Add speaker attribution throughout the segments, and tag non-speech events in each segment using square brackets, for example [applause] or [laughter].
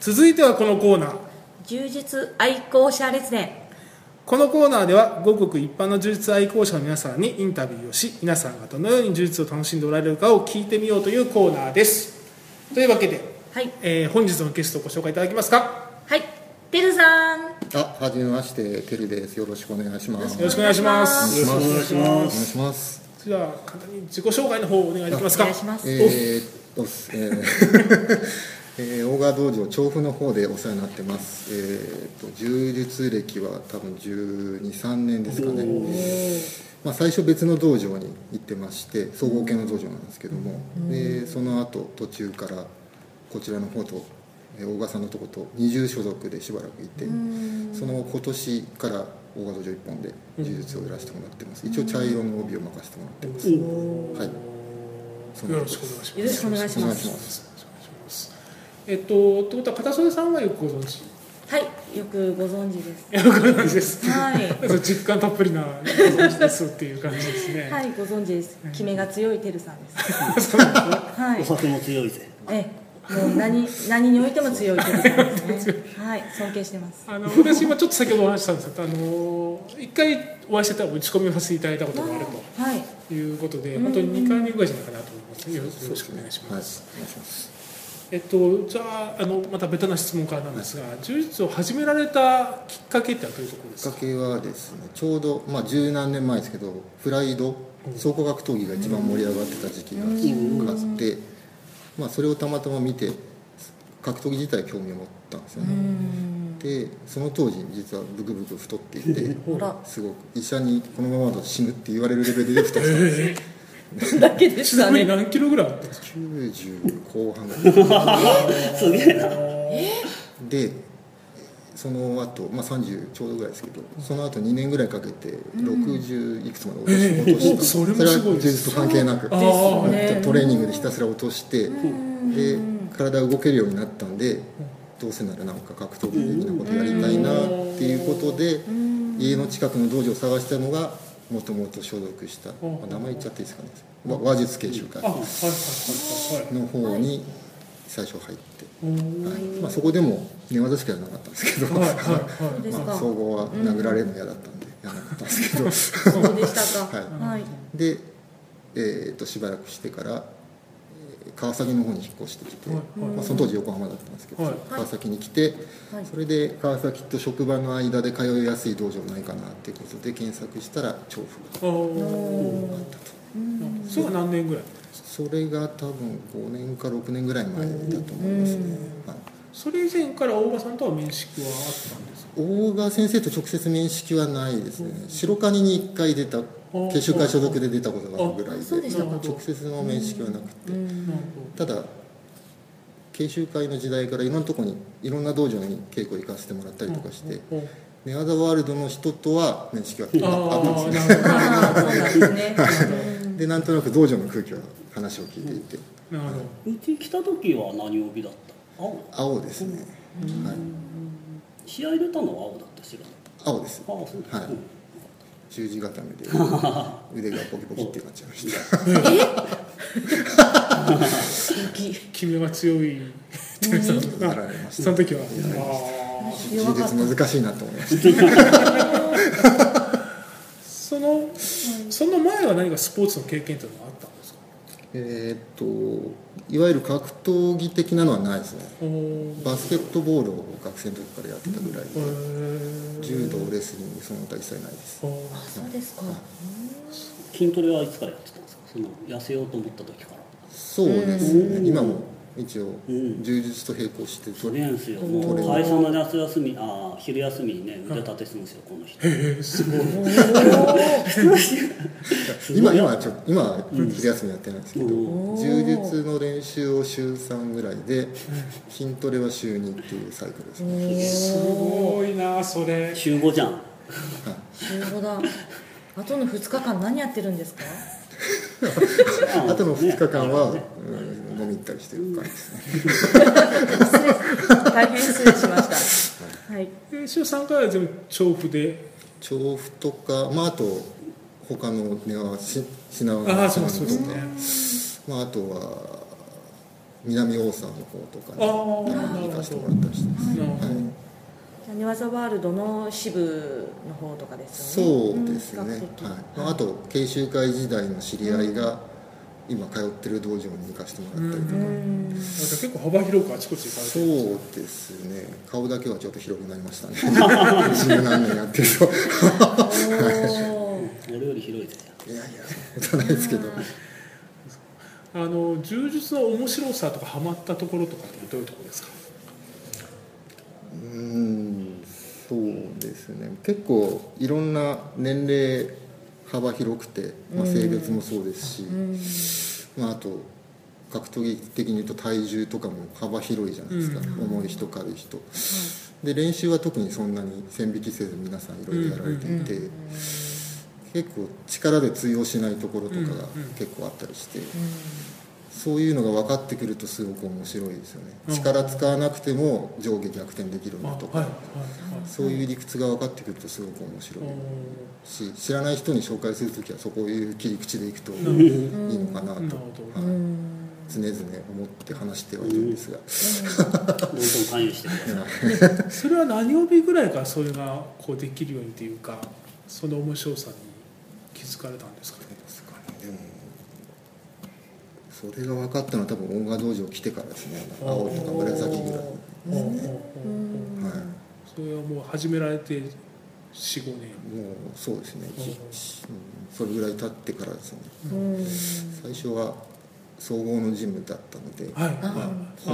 Speaker 1: 続いてはこのコーナー
Speaker 2: 柔術愛好者列伝
Speaker 1: このコーナーではごくごく一般の柔術愛好者の皆さんにインタビューをし皆さんがどのように柔術を楽しんでおられるかを聞いてみようというコーナーですというわけで、
Speaker 2: はい
Speaker 1: えー本日のゲストをご紹介いただけますか
Speaker 2: はいてるさん
Speaker 3: あ、はじめまして、てるです。よろしくお願いします。
Speaker 1: よろしくお願いします
Speaker 3: よろしくお願い
Speaker 4: し
Speaker 3: お願
Speaker 4: ま
Speaker 3: い。します。
Speaker 1: じゃあ簡単に自己紹介の方をお願いできますか
Speaker 2: お願いします
Speaker 3: えー、おす、えーえー、大川道場調布の方でお世話になってます。えー、と柔術歴は多分12、3年ですかね。まあ最初別の道場に行ってまして、総合系の道場なんですけども、でその後途中からこちらの方とえー大川さんのとこと二重所属でしばらくいて、その今年から大川道場一本で柔術をやらせてもらってます。一応茶色の帯を任せてもらってます。はい。そんな
Speaker 1: よろ
Speaker 3: とこです
Speaker 1: しくお願いし
Speaker 2: よろしくお願いします
Speaker 3: す。
Speaker 1: ますえっとってことは片袖さんはよくご存知
Speaker 2: はいよくご存知
Speaker 1: [laughs]
Speaker 2: です
Speaker 1: よくご存知です
Speaker 2: [laughs] はい
Speaker 1: なんか実感たっぷりなご存知ですっていう感じですね、
Speaker 2: はいご存知です決めが強いてるさんで
Speaker 1: [laughs]
Speaker 2: すはい
Speaker 4: [laughs] お酒も強いぜ。
Speaker 2: ええもう何何においても強いてるさんですねはい尊敬してます
Speaker 1: あの私今ちょっと先ほどお話ししたんですけど、あの一回お会いしてたら打ち込みをさせていただいたことがある
Speaker 2: はい
Speaker 1: ということで、本当に2回目ぐらいじゃないかなと思います。よろしくお願いします。
Speaker 3: はい、お願いします。
Speaker 1: えっとじゃああのまたベタな質問からなんですが、柔術を始められたきっかけってはどういうところで
Speaker 3: き
Speaker 1: す
Speaker 3: っ
Speaker 1: か
Speaker 3: か。けはですね、ちょうどまあ十何年前ですけど、プライド総合格闘技が一番盛り上がってた時期があって、まあそれをたまたま見て格闘技自体興味を持ったんですよね。で、その当時実はブクブク太っていて、
Speaker 2: ほら
Speaker 3: すごく医者にこのままだと死ぬって言われるレベルで太ってたんです。
Speaker 2: だけで
Speaker 1: ち
Speaker 2: した
Speaker 1: なみに
Speaker 2: ね
Speaker 1: 何キロぐらいあったんですか。
Speaker 3: 90後半ぐらい。
Speaker 4: すげえな。
Speaker 3: でその後、まあ30ちょうどぐらいですけどその後2年ぐらいかけて60いくつまで落とし,、落とした、
Speaker 1: それもすごい
Speaker 3: は
Speaker 1: です
Speaker 3: 全然関係なく
Speaker 1: あー
Speaker 3: もうトレーニングでひたすら落としてで体動けるようになったんでどうせならなんか格闘技的なことやりたいなっていうことで家の近くの道場を探したのがもともと所属した、まあ名前言っちゃっていいですかねわ話術研修会
Speaker 1: あはいはいはいはい。
Speaker 3: の方に最初入って、はいまあ、そこでも寝技しかやらなかったんですけ
Speaker 1: [laughs]
Speaker 3: ど、
Speaker 1: はいはいはい。
Speaker 2: ですか
Speaker 3: [laughs] まあ、総合は殴られるの嫌だったんでやらなかったんですけど、
Speaker 2: [laughs] そうでしたか
Speaker 3: は
Speaker 2: はい
Speaker 3: で、えー、としばらくしてからえー川崎の方に引っ越してきて、
Speaker 1: はい
Speaker 3: まあ、その当時横浜だったんですけど、
Speaker 1: はい
Speaker 3: 川崎に来て、
Speaker 2: はい
Speaker 3: それで川崎と職場の間で通いやすい道場ないかなっていうことで検索したら調布
Speaker 1: あー
Speaker 3: があったと
Speaker 1: それは何年ぐらい。
Speaker 3: それが多分5年か6年ぐらい前だと思いますね、はい
Speaker 1: それ以前から大場さんとは面識はあったんですか。
Speaker 3: 大川先生と直接面識はないですね白金に1回出た研修会所属で出たことがあるぐらい
Speaker 2: あ
Speaker 3: で
Speaker 2: そうでしたか
Speaker 3: 直接の面識はなくて
Speaker 1: なるほど
Speaker 3: ただ研修会の時代からいろんなとこにいろんな道場に稽古行かせてもらったりとかして
Speaker 1: うん
Speaker 3: 寝技ワールドの人とは面識はあったん
Speaker 1: あ
Speaker 3: です
Speaker 1: あ
Speaker 3: ね
Speaker 1: なるほど。
Speaker 2: ああそうなんですね
Speaker 3: でなんとなく道場の空気は話を聞いていて
Speaker 1: なるほど。
Speaker 4: うち来た時は何帯だった青
Speaker 3: 青ですねはい
Speaker 4: 試合出たのは青だった知らない。
Speaker 3: 青です
Speaker 4: ああ、そうです。
Speaker 3: はい
Speaker 4: うん
Speaker 3: 十字固めで腕がポキポキってなっちゃいました
Speaker 2: 好き
Speaker 1: 君は強い。テレさんと
Speaker 3: や
Speaker 1: か。
Speaker 3: られまし
Speaker 1: その時は。あー
Speaker 3: た。技術難しいなと思いました。
Speaker 1: その、その前は何かスポーツの経験というのはあったんですか。
Speaker 3: えーっと、いわゆる格闘技的なのはないですね。
Speaker 1: おー
Speaker 3: バスケットボールを学生の時からやってたぐらい
Speaker 1: へ
Speaker 3: で、
Speaker 1: ー
Speaker 3: 柔道、レスリング、その他一切ないです。
Speaker 1: おー
Speaker 2: あそうですか
Speaker 4: 筋トレはいつからやってたんですか。その痩せようと思った時から。
Speaker 3: そうです
Speaker 4: うん
Speaker 3: ね。今も一応
Speaker 4: うん
Speaker 3: 柔術と並行して
Speaker 4: そ
Speaker 3: と
Speaker 4: れ
Speaker 3: れ
Speaker 4: なんですよ。も
Speaker 3: トレ
Speaker 4: う
Speaker 3: ー
Speaker 4: 会社の夏休み、ああ昼休みにね腕立てするんですよこの人。
Speaker 1: えーすごい。
Speaker 3: 今今はちょっと今は昼休みやってないんですけど、
Speaker 4: う
Speaker 3: 柔術の練習を週3ぐらいで、筋トレは週2っていうサイクルですね。
Speaker 1: すごいな、それ。
Speaker 4: 週五じゃん。
Speaker 2: 週5だあとの2日間何やってるんですか
Speaker 3: あとの2日間は、
Speaker 4: ね
Speaker 3: うん飲み行ったりしてる感じですね。
Speaker 2: 大変失礼しましたはい
Speaker 1: え週三回は全部調布で。
Speaker 3: 調布とか、まあ、あと他のねはし品
Speaker 1: あ
Speaker 3: 川
Speaker 1: あ、そうそうです
Speaker 3: とか
Speaker 1: ね。
Speaker 3: まあ、あとは南大沢の方とかに
Speaker 1: あー
Speaker 3: あの行かせてもらったりしてます、
Speaker 1: なるほど
Speaker 3: は
Speaker 2: じゃ
Speaker 3: い
Speaker 2: あ寝技ワールドの支部の方とかです
Speaker 3: そ
Speaker 2: よね。
Speaker 3: うですね、
Speaker 2: ん
Speaker 3: はい
Speaker 2: 比較的
Speaker 3: まあ、あと研修会時代の知り合いが今通ってる道場に行かせてもらったりと
Speaker 2: う
Speaker 3: か、
Speaker 2: ん
Speaker 1: 結構幅広くあちこち行かれて
Speaker 3: そ
Speaker 1: る
Speaker 3: うですね顔だけはちょっと広くなりましたね [laughs] 十何年やってると
Speaker 2: おー
Speaker 4: 俺より広いですよ
Speaker 3: いやいやじゃないですけど
Speaker 1: あの柔術の面白さとかハマったところとかってどういうところですか
Speaker 3: うんそうですね結構いろんな年齢幅広くて、まあ、性別もそうですし、
Speaker 2: うん
Speaker 3: まあ、あと格闘技的に言うと体重とかも幅広いじゃないですか、重い人軽い人、で練習は特にそんなに線引きせず皆さんいろいろやられていて、結構力で通用しないところとかが結構あったりして、そういうのが分かってくるとすごく面白いですよね、
Speaker 1: うん
Speaker 3: 力使わなくても上下逆転できるん
Speaker 1: あ
Speaker 3: だ
Speaker 1: はい
Speaker 3: とか、
Speaker 1: はいはい
Speaker 3: そういう理屈が分かってくるとすごく面白い
Speaker 1: お
Speaker 3: し知らない人に紹介する時はそこういう切り口でいくといい
Speaker 1: なる
Speaker 3: のかな
Speaker 1: ーな
Speaker 3: と、
Speaker 1: るほど
Speaker 3: は
Speaker 2: う
Speaker 3: い
Speaker 2: ん
Speaker 3: 常々思って話してはいるんですが、
Speaker 4: どんどん関与してください
Speaker 1: それは何曜日ぐらいからそれがこうできるようにというかその面白さに気づかれたんですかね
Speaker 3: でもそれが分かったのは多分音楽道場来てからですね青とか紫ぐらい、は
Speaker 1: おうおうおう
Speaker 3: い、
Speaker 1: それはもう始められて45年
Speaker 3: もうそうですね、
Speaker 1: うん
Speaker 3: じうんそれぐらい経ってからですね
Speaker 2: うん
Speaker 3: 最初は総合のジムだったので
Speaker 1: はい
Speaker 2: あ
Speaker 1: は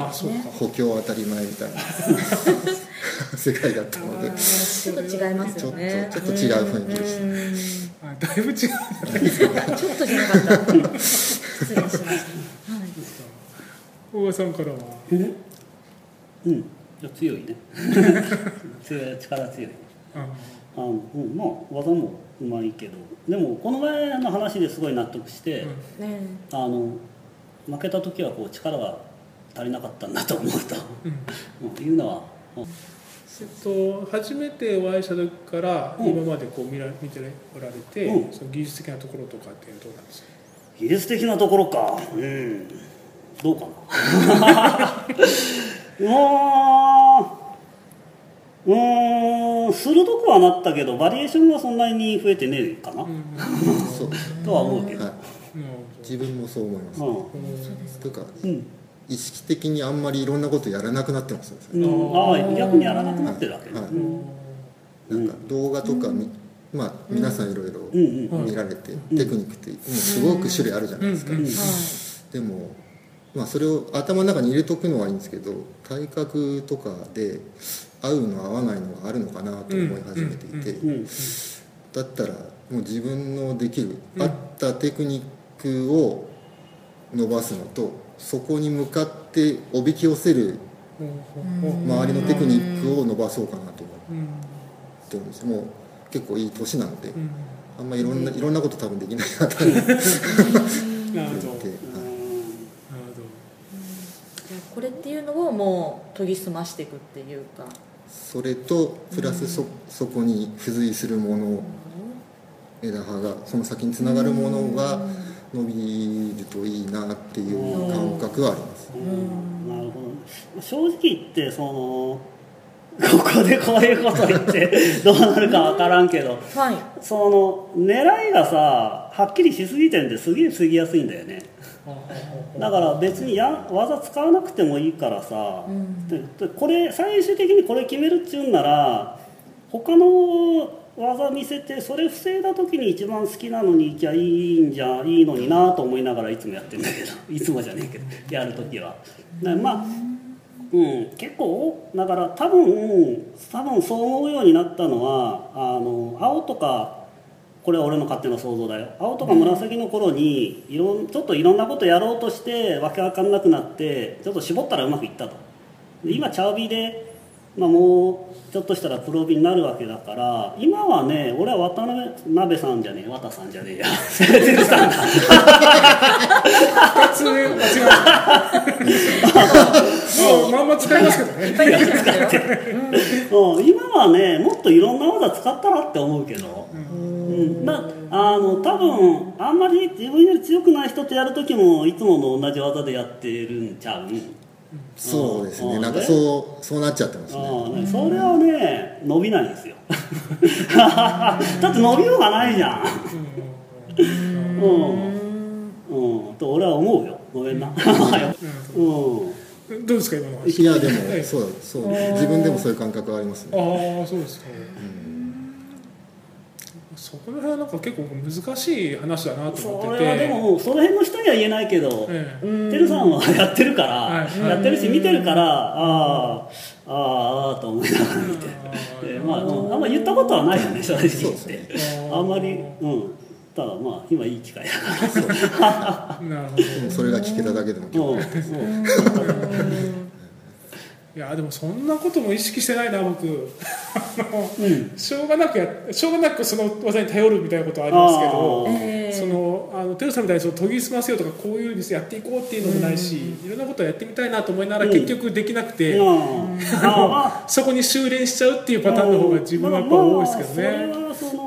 Speaker 1: いああそ
Speaker 2: そうう
Speaker 1: か
Speaker 2: ね
Speaker 3: 補強当たり前みたいな世界だったので
Speaker 2: ちょっと違いますよね。
Speaker 3: ちょっとちょっと違う雰囲気でした
Speaker 2: し
Speaker 1: あだいぶ違うじゃないですか
Speaker 2: た。ちょっとじゃなかった。失礼しました。はい。
Speaker 1: 大賀さんからは
Speaker 4: えうんいや強いね強い力強い
Speaker 1: あ
Speaker 4: あの、うん、まあ技もうまいけどでもこの前の話ですごい納得して、
Speaker 1: うん
Speaker 2: ね
Speaker 4: あの負けた時はこう力が足りなかったんだと思うと、うんいうのは、うん
Speaker 1: えっと、初めてお会いした時から
Speaker 4: うん
Speaker 1: 今までこう見ら見ておられて、
Speaker 4: うん
Speaker 1: その技術的なところとかっていうのはどうなんですか
Speaker 4: 技術的なところかうんどうかな [laughs] うわーうーん鋭くはなったけどバリエーションはそんなに増えてねえかな、
Speaker 1: うん
Speaker 3: そう、
Speaker 4: とは思うけど、
Speaker 3: はい、自分もそう思います、
Speaker 4: うん
Speaker 3: というか
Speaker 4: うん
Speaker 3: 意識的にあんまりいろんなことやらなくなってますよね
Speaker 4: うん、ああ逆にやらなくなってるわけ、
Speaker 3: はい
Speaker 4: うん
Speaker 3: なんか動画とかみ、まあ皆さんいろいろ
Speaker 4: うんうん
Speaker 1: うん
Speaker 3: 見られて、テクニックってもうすごく種類あるじゃないですか、
Speaker 1: うんうん
Speaker 2: は
Speaker 3: でも、まあ、それを頭の中に入れとくのはいいんですけど体格とかで合うの合わないのがあるのかなと思い始めていて、
Speaker 4: うんうん
Speaker 3: だったらもう自分のできる、あったテクニックを伸ばすのとそこに向かっておびき寄せる
Speaker 1: うんうんうん
Speaker 3: 周りのテクニックを伸ばそうかなと思
Speaker 1: うん
Speaker 3: ってるんですもう結構いい年なので。
Speaker 1: うん
Speaker 3: あんまいろんないろんなこと多分できないなと思って、
Speaker 1: なるほどなるほど
Speaker 2: い。じゃあこれっていうのをもう研ぎ澄ましていくっていうか。
Speaker 3: それとプラスそそこに付随するもの枝葉がその先につながるものが伸びるといいなっていう感覚はあります
Speaker 4: うんなるほど正直言ってそのここでこういうこと言ってどうなるかわからんけど
Speaker 2: はい。
Speaker 4: その狙いがさはっきりしすぎてんですげえ過ぎやすいんだよねだから別にや技使わなくてもいいからさ、
Speaker 2: うん
Speaker 4: ででこれ最終的にこれ決めるっちゅうんなら他の技見せてそれ防いだ時に一番好きなのにいきゃいいんじゃいいのになと思いながらいつもやってんだけどいつもじゃねえけどやる時は。だからまあうん、結構だから多分多分そう思うようになったのはあの青とかこれは俺の勝手な想像だよ青とか紫の頃にいろんちょっといろんなことやろうとしてわけわかんなくなってちょっと絞ったらうまくいったとで今チャービーでまあ、もうちょっとしたらプロビになるわけだから今はね俺は渡辺鍋さんじゃねえ渡さんじゃねえや
Speaker 1: 普通間違えまあまんま使いますけどね
Speaker 2: いっぱい出てきましたよ。
Speaker 4: うん今はねもっといろんな技使ったらって思うけど、うんまあ、あの多分あんまり自分より強くない人とやる時もいつもの同じ技でやってるんちゃう、
Speaker 3: そうです
Speaker 4: う
Speaker 3: ね
Speaker 4: ん
Speaker 3: なんかそうそうなっちゃってますね
Speaker 4: うん、それはね伸びないんですよ [laughs] だって伸びようがないじゃんうん、うん、と俺は思うよごめんなうん
Speaker 1: うんどうですか今の話
Speaker 3: いやで
Speaker 1: は
Speaker 3: も
Speaker 1: い
Speaker 3: そうそう自分でもそういう感覚はありますね
Speaker 1: ああそうですか、そこら辺はなんか結構難しい話だなと
Speaker 4: そ
Speaker 1: 思って
Speaker 4: れは
Speaker 1: て
Speaker 4: でももうその辺の人には言えないけど、
Speaker 1: ええ
Speaker 4: てるさんはやってるから、
Speaker 1: はい
Speaker 4: やってるし見てるから、ああああと思いながら見て、でまあ、うんあんま言ったことはないよね正直
Speaker 3: そう
Speaker 4: 言
Speaker 3: で
Speaker 4: っ
Speaker 3: す
Speaker 4: て、
Speaker 3: ね
Speaker 4: あんまりうんただまあ今いい機会だから
Speaker 1: なるほどい
Speaker 3: うんそれが聞けただけでも
Speaker 4: うんうん
Speaker 1: やでもそんなことも意識してないな僕あの
Speaker 4: うん
Speaker 1: しょうがなくやしょうがなくその技に頼るみたいなことはありますけど
Speaker 4: あー
Speaker 2: え
Speaker 1: そのあのテルさんみたいにその研ぎ澄ませようとかこういうふうにやっていこうっていうのもないし、いろんなことをやってみたいなと思いながら
Speaker 4: うん
Speaker 1: 結局できなくて、
Speaker 4: うんあ
Speaker 1: そこに修練しちゃうっていうパターンの方が自分はやっぱ多いですけどね。
Speaker 4: まあまあそれはその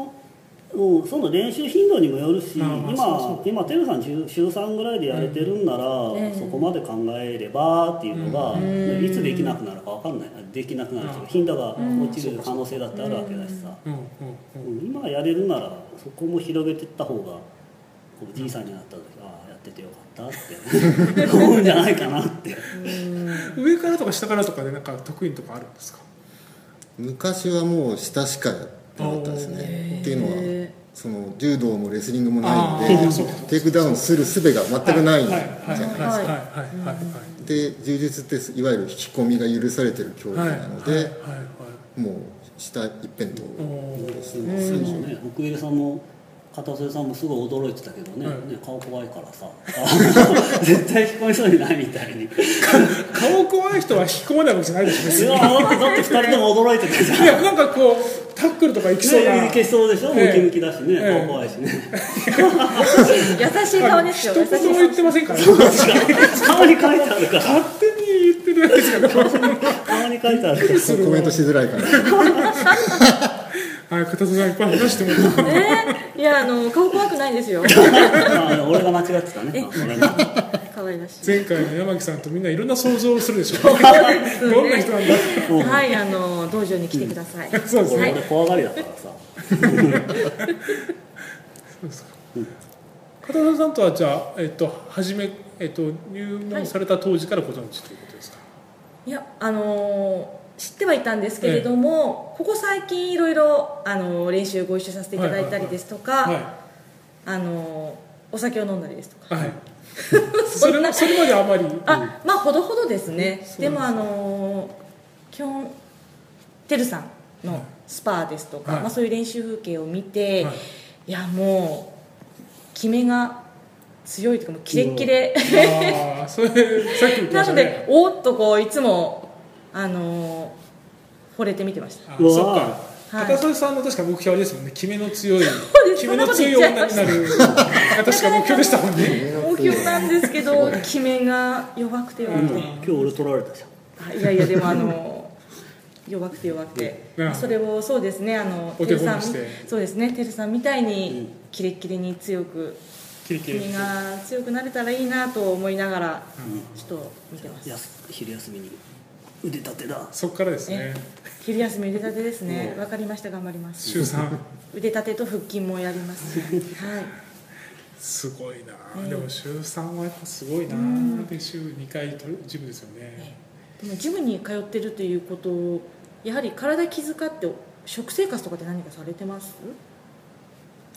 Speaker 4: うん、その練習頻度にもよるし、
Speaker 1: まあまあ
Speaker 4: 今
Speaker 1: そうそ
Speaker 4: 今テルさん週週3ぐらいでやれてるんなら、
Speaker 2: ええ
Speaker 4: そこまで考えればっていうのが、ねいつできなくなるかわかんないできなくなるという
Speaker 1: う
Speaker 4: か
Speaker 1: ん
Speaker 4: 頻度が落ちる可能性だってあるわけだしさ、
Speaker 1: うんうんう
Speaker 4: うんん今やれるならそこも広げていった方がこうじいさんになった時ああやっててよかったって思うんじゃないかなって。
Speaker 1: 上からとか下からとかでなんか得意とかあるんですか
Speaker 3: 昔はもう下しかやってなかったです
Speaker 1: お
Speaker 3: ね
Speaker 2: ー
Speaker 3: っていうのはその柔道もレスリングもな
Speaker 1: あ
Speaker 3: い
Speaker 1: ー
Speaker 3: の
Speaker 1: そう
Speaker 3: で
Speaker 1: かそうか
Speaker 3: テイクダウンする術が全くないんじ
Speaker 1: はい
Speaker 3: ゃ
Speaker 1: はいはい
Speaker 3: ない
Speaker 1: はいはいはいはい
Speaker 3: で柔術っていわゆる引き込みが許されてる競技
Speaker 1: はい
Speaker 3: なので、
Speaker 1: はいはい
Speaker 3: もう下一辺倒
Speaker 1: おー
Speaker 3: です
Speaker 4: そ
Speaker 3: ね
Speaker 4: うね、奥入さんも片添さんもすごい驚いてたけどね,、
Speaker 1: はい
Speaker 4: ね顔怖いからさ [laughs] 絶対引っ込みそうにないみたい
Speaker 1: [laughs]
Speaker 4: に
Speaker 1: 顔怖い人は引き込まないわけじゃないです
Speaker 4: う
Speaker 1: よ
Speaker 4: わ
Speaker 1: ね
Speaker 4: だってだって2人とも驚いてたじゃん
Speaker 1: いやなんかこうタックルとか行きそうな
Speaker 4: ねいけそうでしょ、
Speaker 1: ええ
Speaker 4: ムキムキだしね、
Speaker 1: ええ
Speaker 4: 顔怖いしね
Speaker 2: 優しい顔ですよ。優
Speaker 1: 一
Speaker 2: しい
Speaker 1: 言も言ってません
Speaker 4: [laughs]
Speaker 1: からね
Speaker 4: 顔に書いてあるから
Speaker 1: 勝手に言ってるだけですから
Speaker 4: 顔に書いてあるか
Speaker 3: そうコメントしづらいかな
Speaker 1: はい片手さんいっぱい話してもらって
Speaker 2: 顔。ねいやあの顔怖くないですよ。
Speaker 4: ら、まあ、俺が間違ってたね俺が
Speaker 2: 可愛らしい。
Speaker 1: 前回の山木さんとみんないろんな想像をするでしょうねどんな人なんだ
Speaker 2: はいあの道場に来てください。
Speaker 1: そうです
Speaker 2: は
Speaker 4: 俺
Speaker 2: い
Speaker 4: 俺怖がりだからさ
Speaker 1: 片田さんとはじゃあ、えっと、初め、えっと、入門された当時からご存知ということですか、
Speaker 2: いやあのー知ってはいたんですけれども、ここ最近いろいろあのー練習ご一緒させていただいたりですとか、
Speaker 1: は
Speaker 2: あのーお酒を飲んだりですとか。
Speaker 1: い、はい、 [laughs] それもそれまであまり
Speaker 2: あまあほどほどですね
Speaker 1: す。
Speaker 2: でもあのー基本てるさんのスパーですとか、
Speaker 1: はい
Speaker 2: まあそういう練習風景を見て、
Speaker 1: はい
Speaker 2: い、やもう決めが強いというかもうキレッキレ。
Speaker 1: ああそれさっき言ってま
Speaker 2: な
Speaker 1: した
Speaker 2: の
Speaker 1: ね
Speaker 2: でおーっとこういつもあのー、惚れて見てました
Speaker 1: あ
Speaker 4: うわー
Speaker 1: そっか
Speaker 2: はい
Speaker 1: 片添さんの確か目標あれですもんね決めの強い
Speaker 2: です
Speaker 1: 決めの強い女になるが [laughs] 確か目標でしたもんね
Speaker 2: 大きいなんですけど決めが弱くて弱くて、
Speaker 4: 今日俺取られたじゃん
Speaker 2: あいやいやでもあのー弱くて弱くて、
Speaker 1: うん
Speaker 2: それをそうですねあの
Speaker 1: お手
Speaker 2: ルさ
Speaker 1: 本
Speaker 2: ん
Speaker 1: にして
Speaker 2: そうですねてるさんみたいに
Speaker 4: ん
Speaker 2: キレッキレに強く
Speaker 1: キレキレ
Speaker 2: 君が強くなれたらいいなと思いながらちょっと見てま
Speaker 4: い
Speaker 2: す
Speaker 4: や昼休みに腕立てだ
Speaker 1: そっからですね
Speaker 2: ね昼休み腕立てですね
Speaker 4: うん
Speaker 2: わかりました頑張ります
Speaker 1: 周さん
Speaker 2: 腕立てと腹筋もやります、はい
Speaker 1: すごいな、
Speaker 2: ね
Speaker 1: でも週三はやっぱすごいな、で週二回とジムですよね
Speaker 2: でもジムに通ってるということをやはり体気遣って食生活とかって何かされてます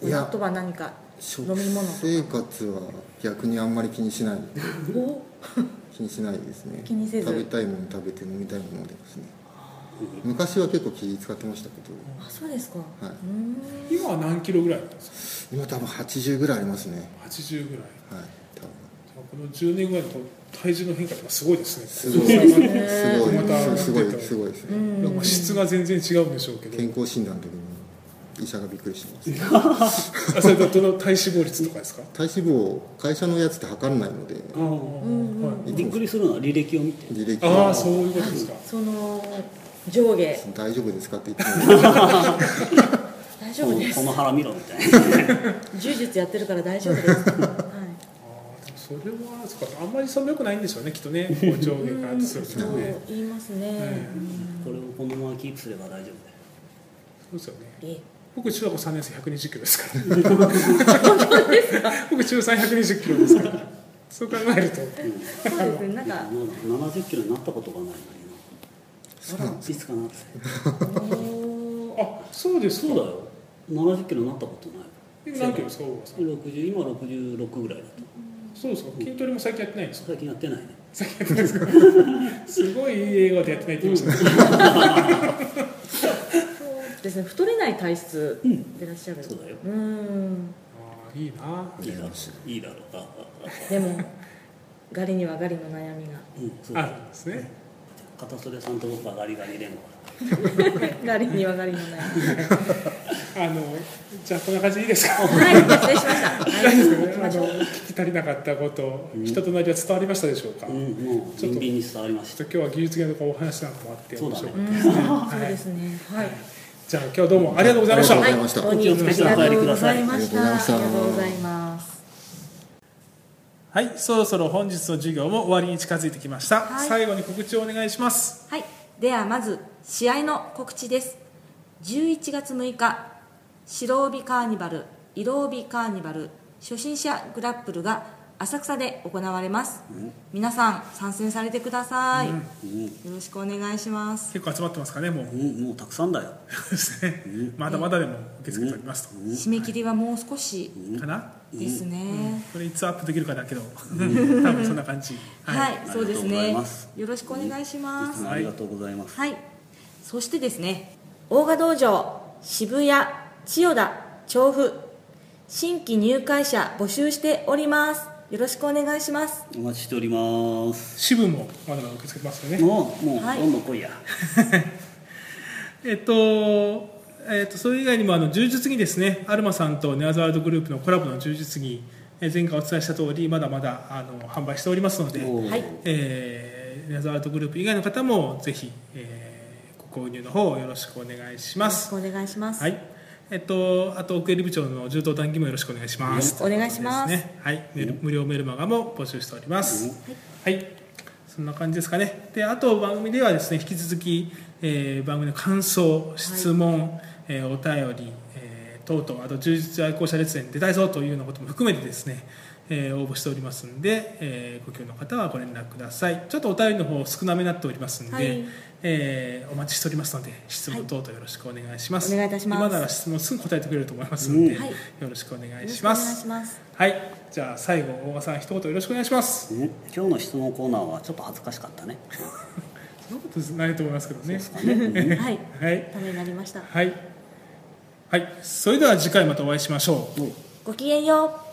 Speaker 3: いや
Speaker 2: あとは何か飲
Speaker 3: 食
Speaker 2: み物と
Speaker 3: 生活は逆にあんまり気にしない
Speaker 2: お
Speaker 3: 気にしないですね
Speaker 2: 気にせず
Speaker 3: 食べたいもの食べて飲みたいもの飲んでますね昔は結構気使ってましたけど
Speaker 2: あそうですか、う
Speaker 3: はい
Speaker 2: ーん
Speaker 1: 今は何キロぐらいなんですか
Speaker 3: 今多分80ぐらいありますね
Speaker 1: 80ぐらい
Speaker 3: はい多分
Speaker 1: あこの10年ぐらいのこの体重の変化とかすごいですね
Speaker 3: すごい
Speaker 2: そうです
Speaker 3: す
Speaker 2: ね
Speaker 3: ご
Speaker 1: また
Speaker 3: いすごいすごいですね
Speaker 1: なんか質が全然違うんでしょうけ
Speaker 3: 健
Speaker 1: ど
Speaker 3: 康診断の時に医者がびっくりしてます
Speaker 1: あそれとどの体脂肪率とかですか
Speaker 3: 体脂肪を会社のやつって測らないので
Speaker 1: は
Speaker 3: ん
Speaker 4: びっくりするのは履歴を見て
Speaker 3: 履歴
Speaker 1: いあ
Speaker 3: が
Speaker 1: あそういうことですか
Speaker 2: その上下
Speaker 3: 大丈夫ですかって言っても
Speaker 2: 大丈夫で
Speaker 4: こ
Speaker 2: す
Speaker 4: の腹見ろみたいな
Speaker 2: 柔術やってるから大丈夫
Speaker 4: [laughs]
Speaker 2: です、は
Speaker 1: あーでもそれはそうかあんまりそんな良くないんでしょうねきっとねこう上下から
Speaker 2: い、
Speaker 1: すると
Speaker 2: そう
Speaker 1: ね
Speaker 2: 言いますね、
Speaker 4: これをこのままキープすれば大丈夫だよ
Speaker 1: そうですよね
Speaker 2: うんえ
Speaker 1: 僕中学3年生120キロですから僕中3120キロですからそう考えると
Speaker 2: そうですねなんか
Speaker 4: まだ70キロになったことがないのになあらいつかなって
Speaker 2: おー
Speaker 1: あそうです
Speaker 4: そうだよ70キロになったことない
Speaker 1: え何キロですか大川さん
Speaker 4: 60今66ぐらいだと
Speaker 1: そうですか筋トレも最近やってないんですか
Speaker 4: 最近やってないね
Speaker 1: すごいいい映画でやってないって言いましたね
Speaker 2: そうですね太れない体質でいらっしゃる、
Speaker 4: そうだよ
Speaker 2: うん
Speaker 1: あーいいない
Speaker 4: いだろういいだろうあああ
Speaker 2: でもガリにはガリの悩み
Speaker 4: [laughs]
Speaker 2: が
Speaker 4: うんそう
Speaker 1: あ
Speaker 4: だよ
Speaker 1: るんですね
Speaker 4: 片袖さんと僕はガリガリ連合
Speaker 2: ガリにはガリの悩み
Speaker 1: あのじゃあこんな感じでいいですか
Speaker 2: はい失礼しました
Speaker 1: 大丈夫ですかねあ
Speaker 2: はい
Speaker 1: の聞き足りなかったこと
Speaker 4: うん
Speaker 1: 人となりは伝わりましたでしょうか、
Speaker 4: うん
Speaker 1: ち
Speaker 4: もう
Speaker 1: ちょっと
Speaker 4: ビンビンに伝わりまし
Speaker 1: ょ
Speaker 4: た
Speaker 1: っと今日は技術系のお話なんかもあって
Speaker 4: そうだね
Speaker 1: 面白か
Speaker 2: う
Speaker 1: っ
Speaker 2: ん
Speaker 1: た
Speaker 2: そうですねはい
Speaker 1: じゃあ今日はどうもありがとうございました、
Speaker 3: は
Speaker 2: はいい、
Speaker 3: お
Speaker 2: お気をつけてお帰りくださいあり
Speaker 3: あ
Speaker 2: が
Speaker 3: りがと
Speaker 2: とうござい
Speaker 3: うございま
Speaker 2: ま
Speaker 3: し
Speaker 2: したた。ありがとうございます。
Speaker 1: はい、そろそろ本日の授業も終わりに近づいてきました、
Speaker 2: はい
Speaker 1: 最後に告知をお願いします
Speaker 2: はい、ではまず試合の告知です11月6日白帯カーニバル色帯カーニバル初心者グラップルが浅草で行われます、皆さん参戦されてください、よろしくお願いします
Speaker 1: 結構集まってますかねもう [laughs]
Speaker 4: うんもうたくさんだよ
Speaker 1: そうですねまだまだでも受け付けておりますと、
Speaker 2: 締め切りはもう少し
Speaker 1: かな
Speaker 2: ですね、
Speaker 1: これいつアップできるかだけど [laughs] 多分そんな感じ
Speaker 2: はい、
Speaker 4: い
Speaker 2: そうです
Speaker 4: あり
Speaker 2: ね
Speaker 4: がとうございます
Speaker 2: よろしくお願いしま
Speaker 4: いつ
Speaker 2: す
Speaker 4: もありがとうございます
Speaker 2: はい、そしてですね、大賀道場、渋谷、千代田、調布、新規入会者募集しております。よろしくお願いします。
Speaker 4: お待ちしております
Speaker 1: 支部もまだまだ受け付けてますよね
Speaker 4: もうもう
Speaker 2: はい
Speaker 4: どんどん来いや
Speaker 1: えっとえっと、それ以外にもあの柔術着ですねアルマさんとネアズワールドグループのコラボの柔術着えー前回お伝えした通りまだまだあの販売しておりますので、
Speaker 4: おー
Speaker 2: はい
Speaker 1: えー、ネザーアートグループ以外の方もぜひ、えーご購入の方よろしくお願いし
Speaker 2: よ
Speaker 1: ま
Speaker 2: ろし
Speaker 1: す。
Speaker 2: くお願いします。
Speaker 1: は、い。えっとあと奥襟部長の柔道談義もよろしくお願いします。
Speaker 2: お願いします
Speaker 1: ですね。はい。メル無料メルマガも募集しております。はい。そんな感じですかね。で、あと番組ではですね、引き続き、えー番組の感想、質問、えーお便り、えー等々、あと充実愛好者列伝に出たいぞというようなことも含めてですね、えー応募しておりますんで、えーご興味の方はご連絡ください。ちょっとお便りの方少なめになっておりますんで、
Speaker 2: はい
Speaker 1: えーお待ちしておりますので、質問等々よろしくお願いします。
Speaker 2: お願いいたします
Speaker 1: 今なら質問すぐ答えてくれると思いますので、
Speaker 2: うんはい
Speaker 1: よろしくお願いし
Speaker 2: よろ
Speaker 1: ま
Speaker 2: しくお願い
Speaker 1: す
Speaker 2: し。ます。
Speaker 1: はい。じゃあ最後、大賀さん、一言よろしくお願いします。
Speaker 4: うん今日の質問コーナーはちょっと恥ずかしかったね
Speaker 1: そんなことないと思いますけどね。
Speaker 2: はい、
Speaker 1: [laughs] はい。
Speaker 2: ためになりました。
Speaker 1: はい。はい。それでは次回またお会いしましょう。
Speaker 2: ごきげんよう。